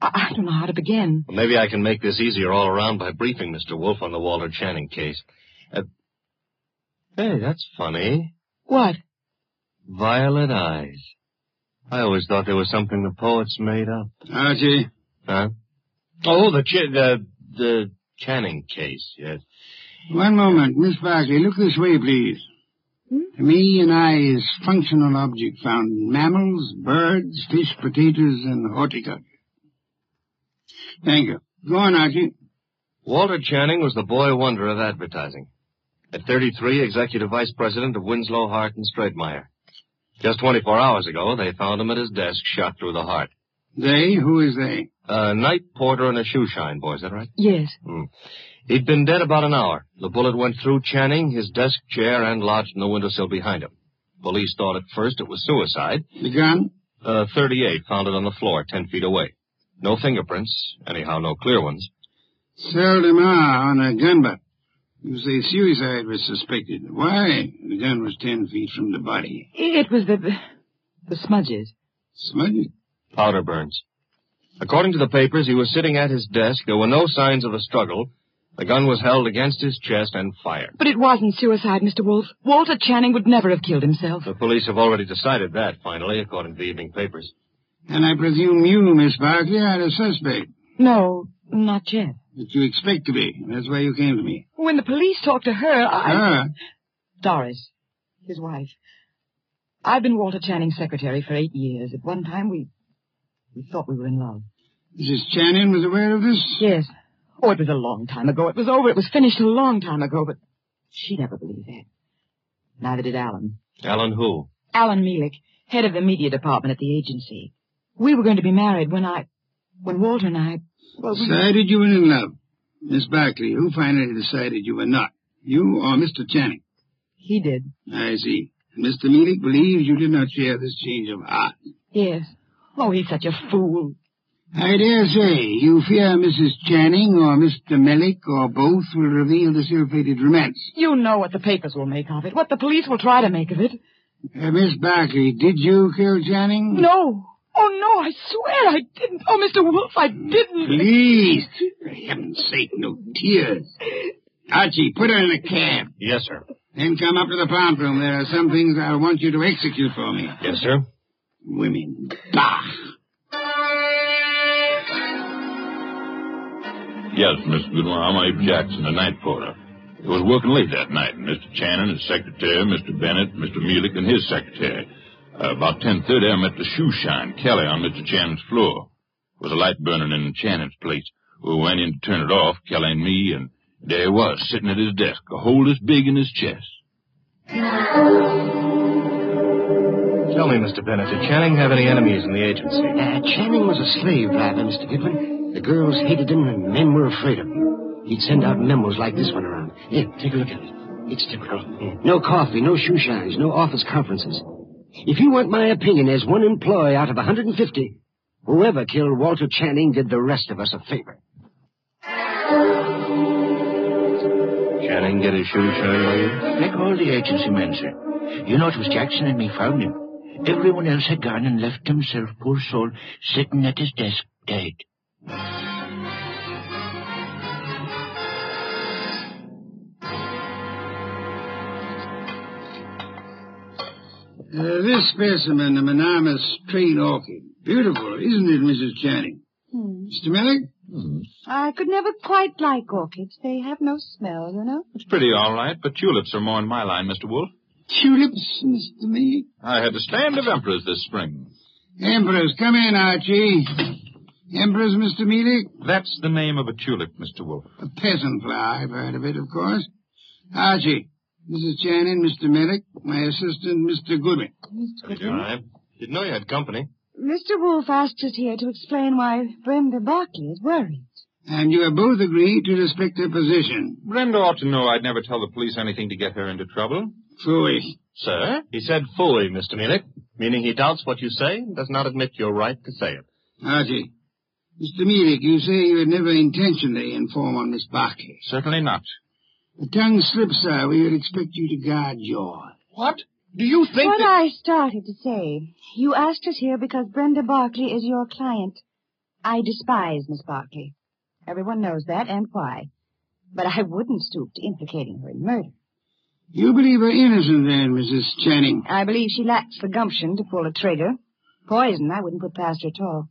I don't know how to begin. Well, maybe I can make this easier all around by briefing Mr. Wolf on the Walter Channing case. Uh, hey, that's funny. What? Violet eyes. I always thought there was something the poets made up. Archie. Huh? Oh, the Ch- the the Channing case. Yes. One moment, Miss Barclay. Look this way, please. To me, an eye is functional object found in mammals, birds, fish, potatoes, and horticulture. Thank you. Go on, Archie. Walter Channing was the boy wonder of advertising. At 33, executive vice president of Winslow Hart and Straightmeyer. Just 24 hours ago, they found him at his desk, shot through the heart. They? Who is they? A night porter and a shoe shine boy, is that right? Hmm. Yes. He'd been dead about an hour. The bullet went through Channing, his desk chair, and lodged in the windowsill behind him. Police thought at first it was suicide. The gun? Uh, 38 found it on the floor, 10 feet away. No fingerprints, anyhow, no clear ones. Seldom are on a gun butt. You say suicide was suspected. Why? The gun was ten feet from the body. It was the. the smudges. Smudged. Powder burns. According to the papers, he was sitting at his desk. There were no signs of a struggle. The gun was held against his chest and fired. But it wasn't suicide, Mr. Wolf. Walter Channing would never have killed himself. The police have already decided that, finally, according to the evening papers. And I presume you, Miss Barkley, are the suspect. No, not yet. That you expect to be. That's why you came to me. When the police talked to her, I. Ah, Doris, his wife. I've been Walter Channing's secretary for eight years. At one time, we. we thought we were in love. Mrs. Channing was aware of this? Yes. Oh, it was a long time ago. It was over. It was finished a long time ago, but she never believed that. Neither did Alan. Alan who? Alan Meelick, head of the media department at the agency. We were going to be married when I. when Walter and I. Well, we, Decided you were in love. Miss Barkley, who finally decided you were not? You or Mr. Channing? he did. I see. Mr. Mealy believes you did not share this change of heart. Yes. Oh, he's such a fool. I dare say you fear Mrs. Channing or Mr. Melick or both will reveal this ill-fated romance. You know what the papers will make of it, what the police will try to make of it. Uh, Miss Barkley, did you kill Channing? No, Oh, no, I swear I didn't. Oh, Mr. Wolf, I didn't. Please, for heaven's sake, no tears. Archie, put her in a cab. Yes, sir. Then come up to the plant room. There are some things I want you to execute for me. Yes, sir. Women. Bah! Yes, Mr. Goodwin, I'm Abe Jackson, the night porter. It was working late that night. Mr. Channon, his secretary, Mr. Bennett, Mr. Mealick, and his secretary. Uh, about 10.30, I met the shoe shine, Kelly, on Mr. Channon's floor. There was a light burning in Channon's place. We went in to turn it off, Kelly and me, and there he was, sitting at his desk, a hole as big in his chest. Tell me, Mr. Bennett, did Channing have any enemies in the agency? Uh, Channing was a slave driver, Mr. Goodwin. The girls hated him and men were afraid of him. He'd send out memos like this one around. Here, take a look at it. It's typical. No coffee, no shoe shines, no office conferences. If you want my opinion, as one employee out of 150, whoever killed Walter Channing did the rest of us a favor. Channing get his shoes shined by you? Like all the agency men, sir. You know, it was Jackson and me found him. Everyone else had gone and left himself, poor soul, sitting at his desk, dead. Uh, this specimen, a monogamous train orchid. Beautiful, isn't it, Mrs. Channing? Hmm. Mr. Millick? I could never quite like orchids. They have no smell, you know. It's pretty all right, but tulips are more in my line, Mr. Wolf. Tulips, Mr. Millick? I had a stand of emperors this spring. Emperors, come in, Archie. Emperors, Mr. Mealy? That's the name of a tulip, Mr. Wolf. A peasant flower. I've heard of it, of course. Archie, Mrs. Channing, Mr. Millick, my assistant, Mr. Goodwin. I didn't know you had company. Mr. Wolf asked us here to explain why Brenda Barkley is worried. And you have both agreed to respect her position. Brenda ought to know I'd never tell the police anything to get her into trouble. Fooey. Sir, he said fooey, Mr. Mealick, meaning he doubts what you say and does not admit your right to say it. Archie, Mr. Mealy, you say you would never intentionally inform on Miss Barkley. Certainly not. The tongue slips, sir. We would expect you to guard yours. What? Do you what I started to say. You asked us here because Brenda Barkley is your client. I despise Miss Barkley. Everyone knows that and why. But I wouldn't stoop to implicating her in murder. You believe her innocent, then, Mrs. Channing? I believe she lacks the gumption to pull a trigger. Poison, I wouldn't put past her at all.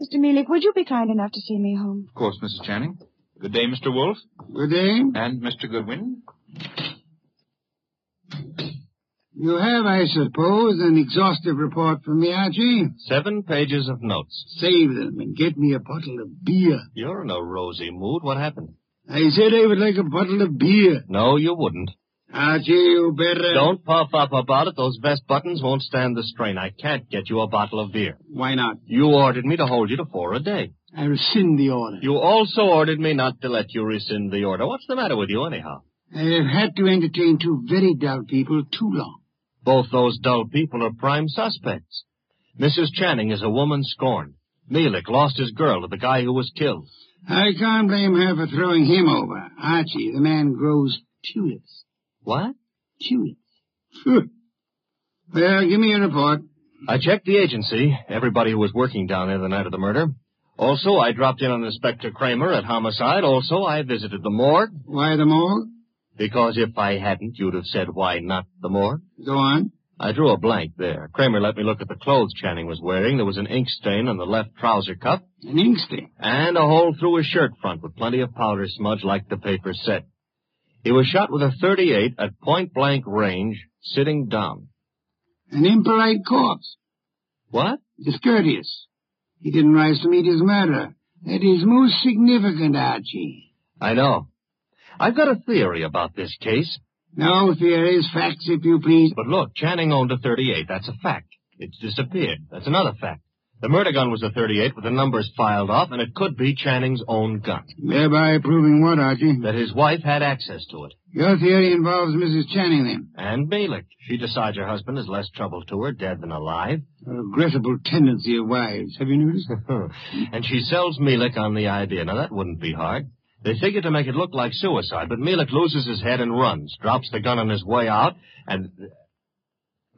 Mr. Mealick, would you be kind enough to see me home? Of course, Mrs. Channing. Good day, Mr. Wolf. Good day. And Mr. Goodwin. You have, I suppose, an exhaustive report from me, Archie. Seven pages of notes. Save them and get me a bottle of beer. You're in a rosy mood. What happened? I said I would like a bottle of beer. No, you wouldn't. Archie, Ah, you better. Don't puff up about it. Those vest buttons won't stand the strain. I can't get you a bottle of beer. Why not? You ordered me to hold you to four a day. I rescind the order. You also ordered me not to let you rescind the order. What's the matter with you, anyhow? I have had to entertain two very dull people too long. Both those dull people are prime suspects. Mrs. Channing is a woman scorned. Mealick lost his girl to the guy who was killed. I can't blame her for throwing him over. Archie, the man grows tulips. What? Tulips. Phew. Well, Hmm. give me a report. I checked the agency, everybody who was working down there the night of the murder. Also, I dropped in on Inspector Kramer at homicide. Also, I visited the morgue. Why the morgue? Because if I hadn't, you'd have said, why not the morgue? Go on. I drew a blank there. Kramer let me look at the clothes Channing was wearing. There was an ink stain on the left trouser cuff. An ink stain? And a hole through his shirt front with plenty of powder smudge like the paper said. He was shot with a 38 at point blank range, sitting down. An impolite corpse. What? Discourteous. He didn't rise to meet his murderer. That is most significant, Archie. I know. I've got a theory about this case. No theories, facts, if you please. But look, Channing owned a 38. That's a fact. It's disappeared. That's another fact. The murder gun was a 38 with the numbers filed off, and it could be Channing's own gun. Thereby proving what, Archie? That his wife had access to it. Your theory involves Mrs. Channing, then. And Balick. She decides her husband is less trouble to her, dead than alive. A regrettable tendency of wives. Have you noticed? (laughs) and she sells Mealick on the idea. Now, that wouldn't be hard. They figured to make it look like suicide, but Mealick loses his head and runs, drops the gun on his way out, and...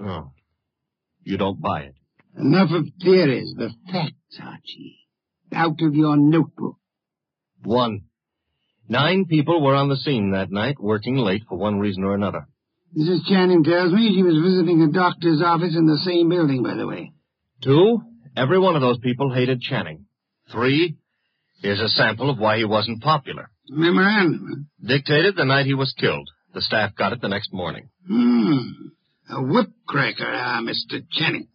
No. oh, You don't buy it. Enough of theories. The facts, Archie. Out of your notebook. One. Nine people were on the scene that night, working late for one reason or another. Mrs. Channing tells me she was visiting a doctor's office in the same building, by the way. Two, every one of those people hated Channing. Three, here's a sample of why he wasn't popular. Memorandum. Dictated the night he was killed. The staff got it the next morning. Hmm. A whipcracker, ah, Mr. Channing.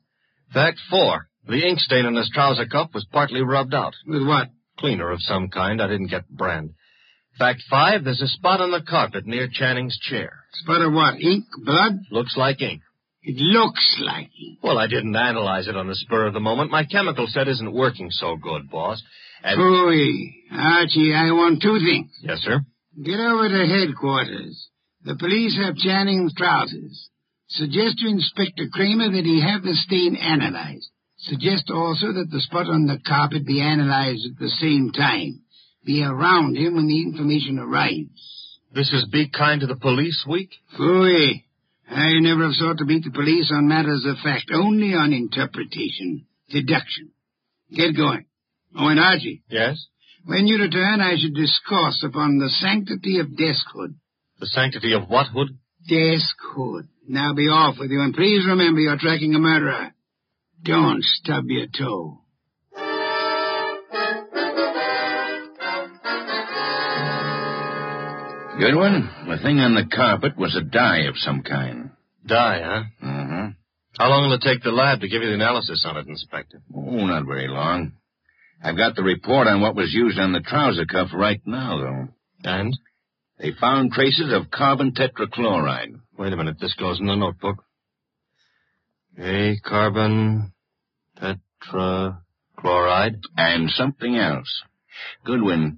Fact four, the ink stain on his trouser cuff was partly rubbed out. With what? Cleaner of some kind. I didn't get the brand. Fact five, there's a spot on the carpet near Channing's chair. Spot of what? Ink? Blood? Looks like ink. It looks like ink. Well, I didn't analyze it on the spur of the moment. My chemical set isn't working so good, boss. And... Pooey. Archie, I want two things. Yes, sir. Get over to headquarters. The police have Channing's trousers. Suggest to Inspector Kramer that he have the stain analyzed. Suggest also that the spot on the carpet be analyzed at the same time. Be around him when the information arrives. This is Be Kind to the Police Week? Fooey. I never have sought to beat the police on matters of fact, only on interpretation, deduction. Get going. Oh, and Archie, Yes? when you return, I should discourse upon the sanctity of deskhood. The sanctity of what hood? Deskhood. Now be off with you, and please remember you're tracking a murderer. Don't stub your toe. Good one. The thing on the carpet was a dye of some kind. Die, huh? Mm-hmm. How long will it take the lab to give you the analysis on it, Inspector? Oh, not very long. I've got the report on what was used on the trouser cuff right now, though. And? They found traces of carbon tetrachloride. Wait a minute. This goes in the notebook. A carbon tetrachloride. And something else. Goodwin,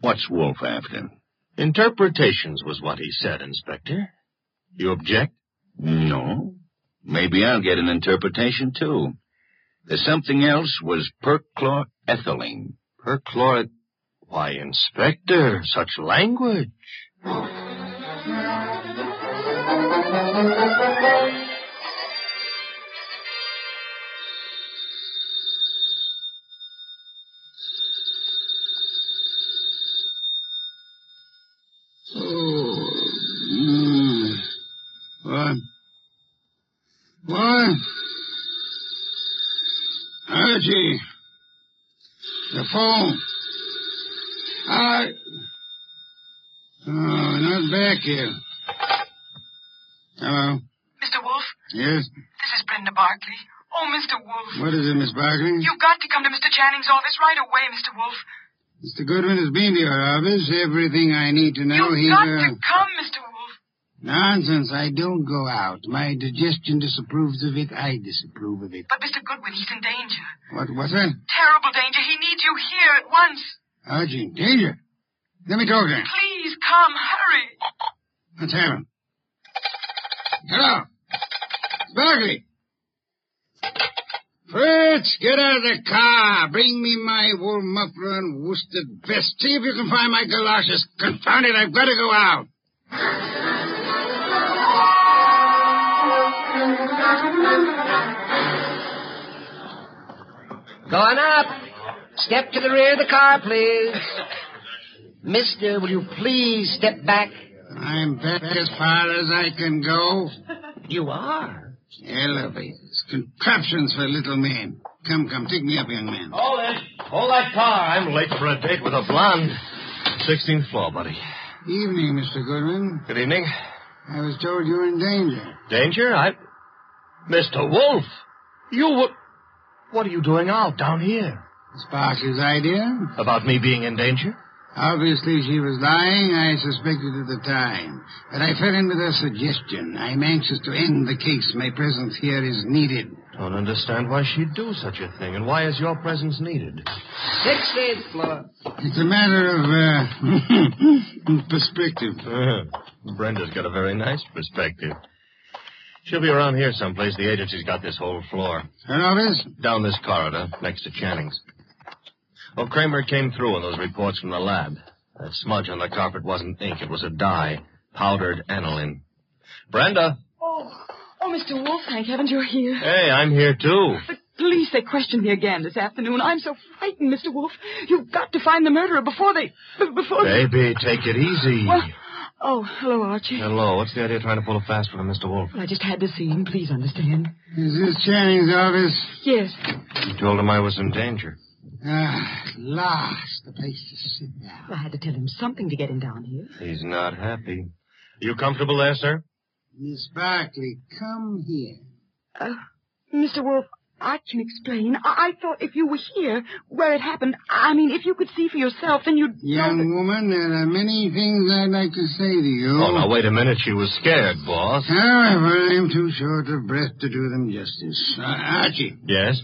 what's Wolf after? Interpretations was what he said, Inspector. You object? No. Maybe I'll get an interpretation, too. The something else was perchlorethylene. Perchlor... Why, Inspector, such language. Oh, mm. What? What? Archie. The phone. I. Oh, not back here. Hello? Mr. Wolf, Yes? this is Brenda Barkley. Oh, Mr. Wolf. What is it, Miss Barkley? You've got to come to Mr. Channing's office right away, Mr. Wolf. Mr. Goodwin has been to your office. Everything I need to know, he. You've got uh, to come, Mr. Wolf. Nonsense. I don't go out. My digestion disapproves of it. I disapprove of it. But Mr. Goodwin, he's in danger. What was that? Terrible danger. He needs you here at once. Archie, danger. Let me talk to him. Please come, hurry. Let's have him. Hello. Barkley. Fritz, get out of the car. Bring me my wool muffler and worsted vest. See if you can find my galoshes. Confound it, I've got to go out. Going up. Step to the rear of the car, please. Mister, will you please step back? I'm back as far as I can go. You are. Elevators, contraptions for little men. Come, come, take me up, young man. Hold it. Hold that car. I'm late for a date with a blonde. 16th floor, buddy. Evening, Mr. Goodwin. Good evening. I was told you were in danger. Danger? I. Mr. Wolf! You were. What are you doing out down here? It's Barkley's idea. About me being in danger? Obviously, she was lying. I suspected at the time. But I fell in with her suggestion. I'm anxious to end the case. My presence here is needed. Don't understand why she'd do such a thing, and why is your presence needed? 16th floor. It's a matter of, uh, (laughs) perspective. Uh-huh. Brenda's got a very nice perspective. She'll be around here someplace. The agency's got this whole floor. Her office? Down this corridor, next to Channing's. Oh, Kramer came through on those reports from the lab. That smudge on the carpet wasn't ink, it was a dye. Powdered aniline. Brenda! Oh, oh, Mr. Wolf, thank heavens you're here. Hey, I'm here too. But police. They questioned me again this afternoon. I'm so frightened, Mr. Wolf. You've got to find the murderer before they. b- before. Baby, take it easy. Well, oh, hello, Archie. Hello. What's the idea of trying to pull a fast one on Mr. Wolf? Well, I just had to see him. Please understand. Is this Channing's office? Yes. You told him I was in danger. Ah, at last, a place to sit down. I had to tell him something to get him down here. He's not happy. You comfortable there, sir? Miss Barkley, come here. Uh, Mr. Wolf, I can explain. I-, I thought if you were here where it happened, I mean, if you could see for yourself, then you'd. Young woman, there are many things I'd like to say to you. Oh, now, wait a minute. She was scared, boss. However, I'm too short of breath to do them justice. Uh, Archie, Yes?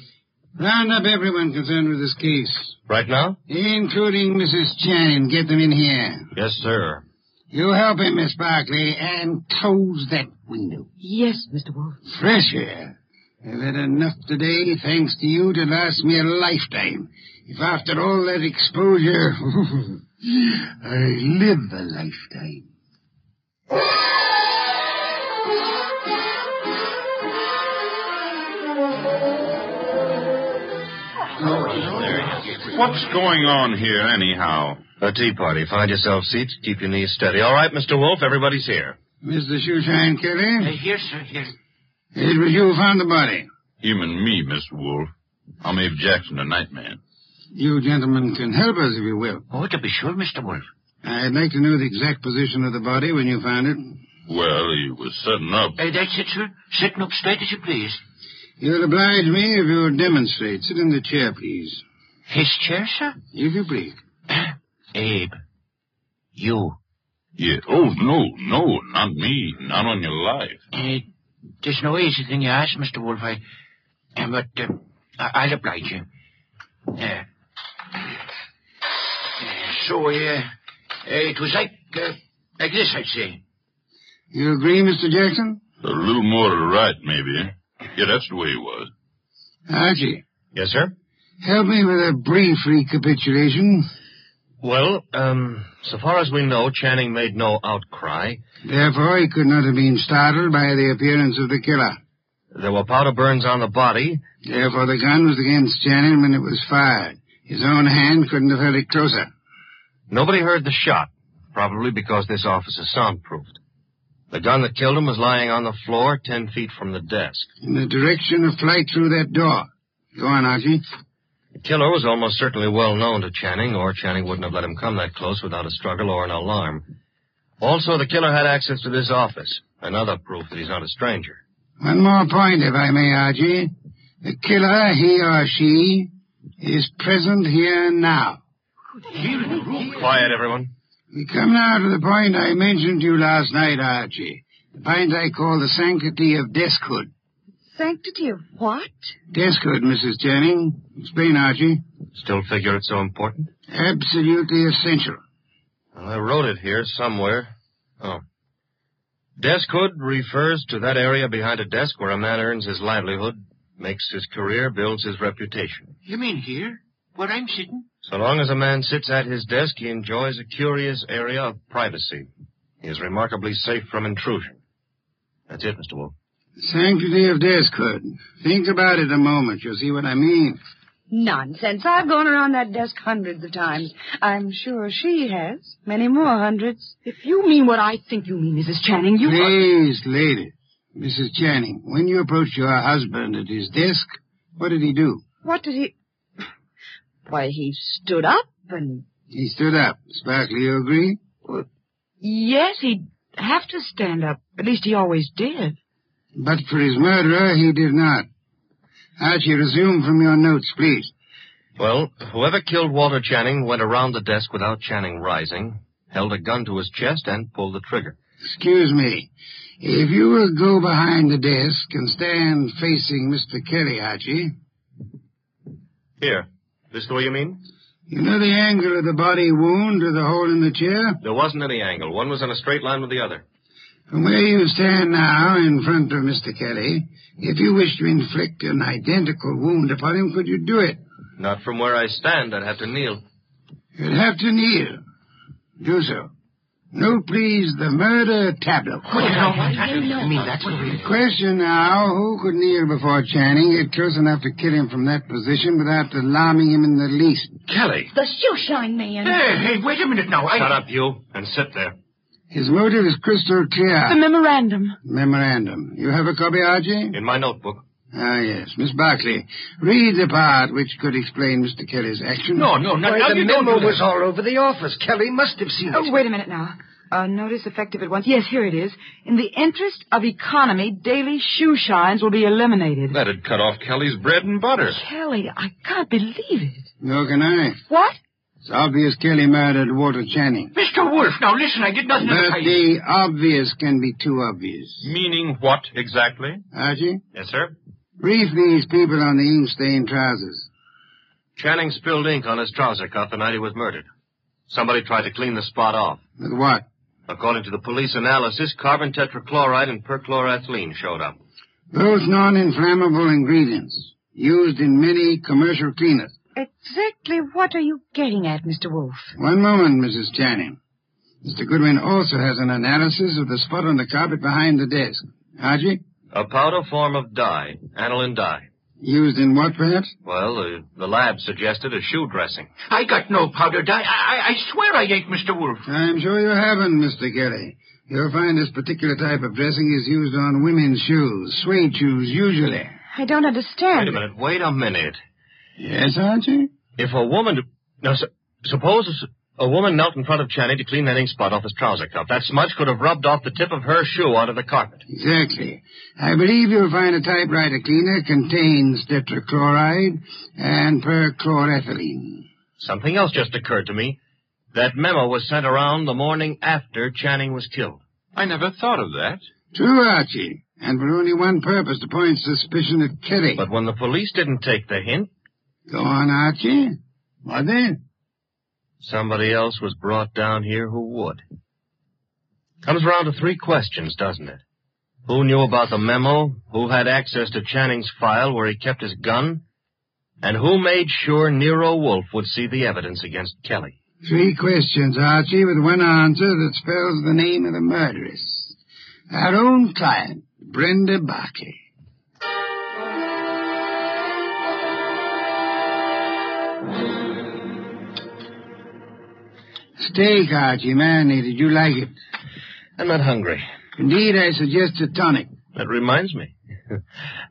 round up everyone concerned with this case, Right now? including Mrs. Channing. Get them in here. Yes, sir. You help him, Miss Barkley, and close that window. Yes, Mr. Wolf. Fresh air. I've had enough today, thanks to you, to last me a lifetime. If after all that exposure, (laughs) I live a lifetime. What's going on here, anyhow? A tea party. Find yourself seats. Keep your knees steady. All right, Mr. Wolf, everybody's here. Mr. Shoeshine Kelly? Uh, Yes, sir, yes. It was you who found the body. You and me, Mr. Wolf. I'm Abe Jackson, the night man. You gentlemen can help us if you will. Oh, to be sure, Mr. Wolf. I'd like to know the exact position of the body when you found it. Well, he was setting up. Uh, that's it, sir. Sitting up straight as you please. You'll oblige me if you'll demonstrate. Sit in the chair, please. His chair, sir? If you please. (clears throat) Abe. You. Yeah. Oh, no, no, not me. Not on your life. Uh, there's no easy thing you ask, Mr. Wolf. I, uh, but uh, I, I'll oblige you. Uh, uh, so, uh, uh, it was like, uh, like this, I'd say. You agree, Mr. Jackson? A little more to the right, maybe. Yeah, that's the way it was. Archie, Yes, sir? Uh, help me with a brief recapitulation. Well, um, so far as we know, Channing made no outcry. Therefore, he could not have been startled by the appearance of the killer. There were powder burns on the body. Therefore, the gun was against Channing when it was fired. His own hand couldn't have held it closer. Nobody heard the shot, probably because this office is soundproofed. The gun that killed him was lying on the floor ten feet from the desk. In the direction of flight through that door. Go on, Archie. The killer was almost certainly well known to Channing, or Channing wouldn't have let him come that close without a struggle or an alarm. Also, the killer had access to this office, another proof that he's not a stranger. One more point, if I may, Archie. The killer, he or she, is present here now. Quiet, everyone. We come now to the point I mentioned to you last night, Archie. The point I call the sanctity of deskhood. Sanctity of what? Deskhood, Mrs. Channing. Explain, Archie. Still figure it's so important? Absolutely essential. Well, I wrote it here somewhere. Oh. Desk hood refers to that area behind a desk where a man earns his livelihood, makes his career, builds his reputation. You mean here? Where I'm sitting? So long as a man sits at his desk, he enjoys a curious area of privacy. He is remarkably safe from intrusion. That's it, Mr. Wolf. Sanctity of deskhood. Think about it a moment. You'll see what I mean. Nonsense. I've gone around that desk hundreds of times. I'm sure she has. Many more hundreds. If you mean what I think you mean, Mrs. Channing, you. Please, lady. Mrs. Channing, when you approached your husband at his desk, what did he do? What did he. Why, he stood up and. He stood up. Sparkly, you agree? Yes, he'd have to stand up. At least he always did. But for his murderer, he did not. Archie, resume from your notes, please. Well, whoever killed Walter Channing went around the desk without Channing rising, held a gun to his chest, and pulled the trigger. Excuse me. If you will go behind the desk and stand facing Mr. Kelly, Archie, Here. This the way you mean? you know the angle of the body wound or the hole in the chair? There wasn't any angle. One was on a straight line with the other. From where you stand now in front of Mr. Kelly, if you wish to inflict an identical wound upon him, could you do it? Not from where I stand. I'd have to kneel. You'd have to kneel. Do so. No, please, the murder tableau. I mean, that's what we... Question now, who could kneel before Channing, get close enough to kill him from that position without alarming him in the least? Kelly! The shoeshine man. Hey, hey, wait a minute now. I... Shut up, you, and sit there. His motive is crystal clear. The memorandum. Memorandum. You have a copy, Archie? In my notebook. Ah, yes. Miss Barclay, read the part which could explain Mr. Kelly's action. No, no, no, Why, no, the you don't memo do that. was all over the office. Kelly must have seen it. Oh, wait a minute now. Uh, notice effective at once. Yes, here it is. In the interest of economy, daily shoe shines will be eliminated. That'd cut off Kelly's bread and butter. Kelly, I can't believe it. No, can I? What? It's obvious Kelly murdered Walter Channing. Mr. Wolf, now listen, I did But nothing of the kind. the obvious can be too obvious. Meaning what exactly? Archie, Yes, sir. brief these people on the ink-stained trousers. Channing spilled ink on his trouser cuff the night he was murdered. Somebody tried to clean the spot off. With what? According to the police analysis, carbon tetrachloride and perchloroethylene showed up. Both non-inflammable ingredients used in many commercial cleaners. Exactly what are you getting at, Mr. Wolf? One moment, Mrs. Channing. Mr. Goodwin also has an analysis of the spot on the carpet behind the desk. Archie, A powder form of dye, aniline dye. used in what, perhaps? Well, the, the lab suggested a shoe dressing. I got no powder dye. I, I, I swear I ain't Mr. Wolf. I'm sure you haven't, Mr. Kelly. You'll find this particular type of dressing is used on women's shoes, suede shoes, usually. I don't understand. Wait a minute, wait a minute. Yes, Archie? If a woman... Now, su- suppose a woman knelt in front of Channing to clean that ink spot off his trouser cuff. That smudge could have rubbed off the tip of her shoe onto the carpet. Exactly. I believe you'll find a typewriter cleaner contains tetrachloride and perchloroethylene. Something else just occurred to me. That memo was sent around the morning after Channing was killed. I never thought of that. True, Archie. And for only one purpose, to point suspicion at Kelly. But when the police didn't take the hint, Go on, Archie. What then? somebody else was brought down here who would. Comes around to three questions, doesn't it? Who knew about the memo? Who had access to Channing's file where he kept his gun? And who made sure Nero Wolf would see the evidence against Kelly? Three questions, Archie, with one answer that spells the name of the murderess. Our own client, Brenda Barkey. Steak, Archie, marinated. You like it? I'm not hungry. Indeed, I suggest a tonic. That reminds me. (laughs)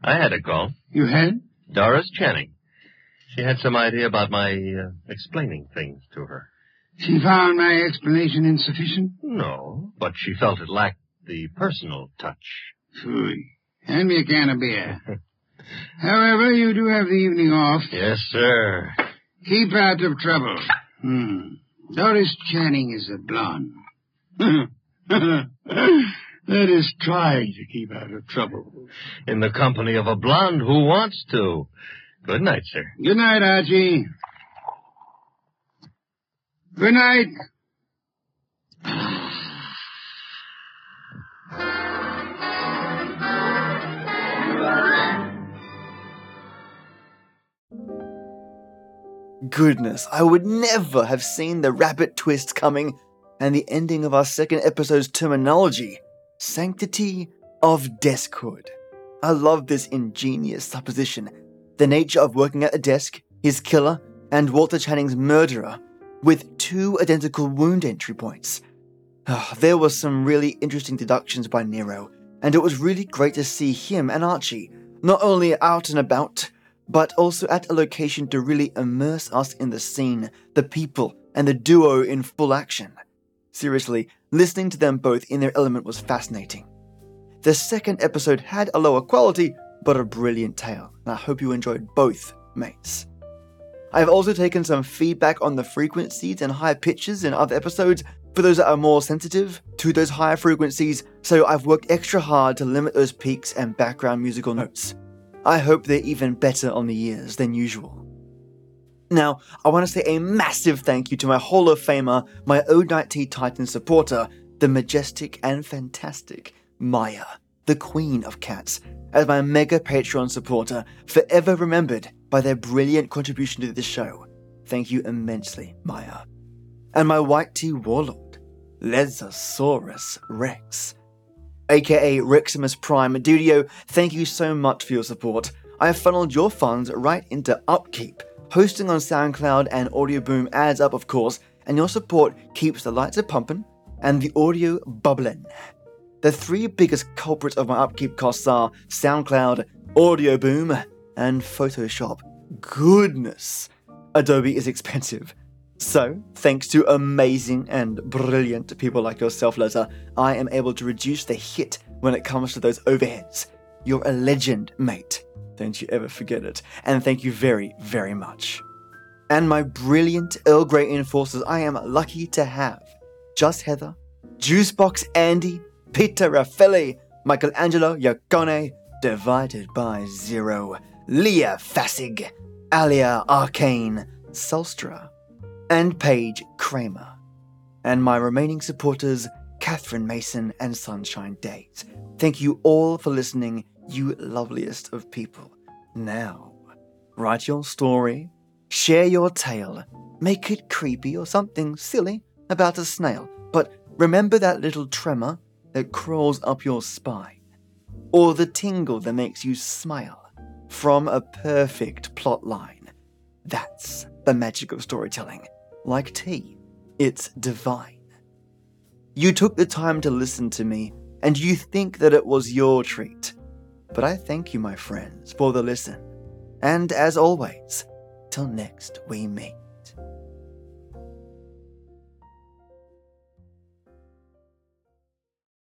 I had a call. You had? Doris Channing. She had some idea about my uh, explaining things to her. She found my explanation insufficient? No, but she felt it lacked the personal touch. Fui. Hand me a can of beer. However, you do have the evening off. Yes, sir. Keep out of trouble. Hmm. Doris Channing is a blonde. (laughs) that is trying to keep out of trouble. In the company of a blonde who wants to. Good night, sir. Good night, Archie. Good night. Goodness, I would never have seen the rabbit twist coming and the ending of our second episode's terminology Sanctity of Deskhood. I love this ingenious supposition. The nature of working at a desk, his killer, and Walter Channing's murderer, with two identical wound entry points. Ah, there were some really interesting deductions by Nero, and it was really great to see him and Archie not only out and about, but also at a location to really immerse us in the scene, the people, and the duo in full action. Seriously, listening to them both in their element was fascinating. The second episode had a lower quality, but a brilliant tale, and I hope you enjoyed both, mates. I've also taken some feedback on the frequencies and high pitches in other episodes for those that are more sensitive to those higher frequencies, so I've worked extra hard to limit those peaks and background musical notes. I hope they're even better on the ears than usual. Now, I want to say a massive thank you to my Hall of Famer, my O9T Titan supporter, the majestic and fantastic Maya, the Queen of Cats, as my mega Patreon supporter, forever remembered by their brilliant contribution to this show. Thank you immensely, Maya. And my White Tea Warlord, Lesosaurus Rex. AKA Reximus Prime Dudio, thank you so much for your support. I have funneled your funds right into upkeep, hosting on SoundCloud and Audio Boom adds up, of course, and your support keeps the lights a pumping and the audio bubbling. The three biggest culprits of my upkeep costs are SoundCloud, Audio Boom, and Photoshop. Goodness! Adobe is expensive. So, thanks to amazing and brilliant people like yourself, Lizza, I am able to reduce the hit when it comes to those overheads. You're a legend, mate. Don't you ever forget it. And thank you very, very much. And my brilliant Earl Grey enforcers I am lucky to have. Just Heather, Juicebox Andy, Peter Raffelli, Michelangelo Yacone, divided by zero, Leah Fasig, Alia Arcane, Solstra, and Paige Kramer. And my remaining supporters, Catherine Mason and Sunshine Days. Thank you all for listening, you loveliest of people. Now, write your story, share your tale, make it creepy or something silly about a snail, but remember that little tremor that crawls up your spine, or the tingle that makes you smile from a perfect plot line. That's the magic of storytelling. Like tea, it's divine. You took the time to listen to me, and you think that it was your treat. But I thank you, my friends, for the listen. And as always, till next we meet.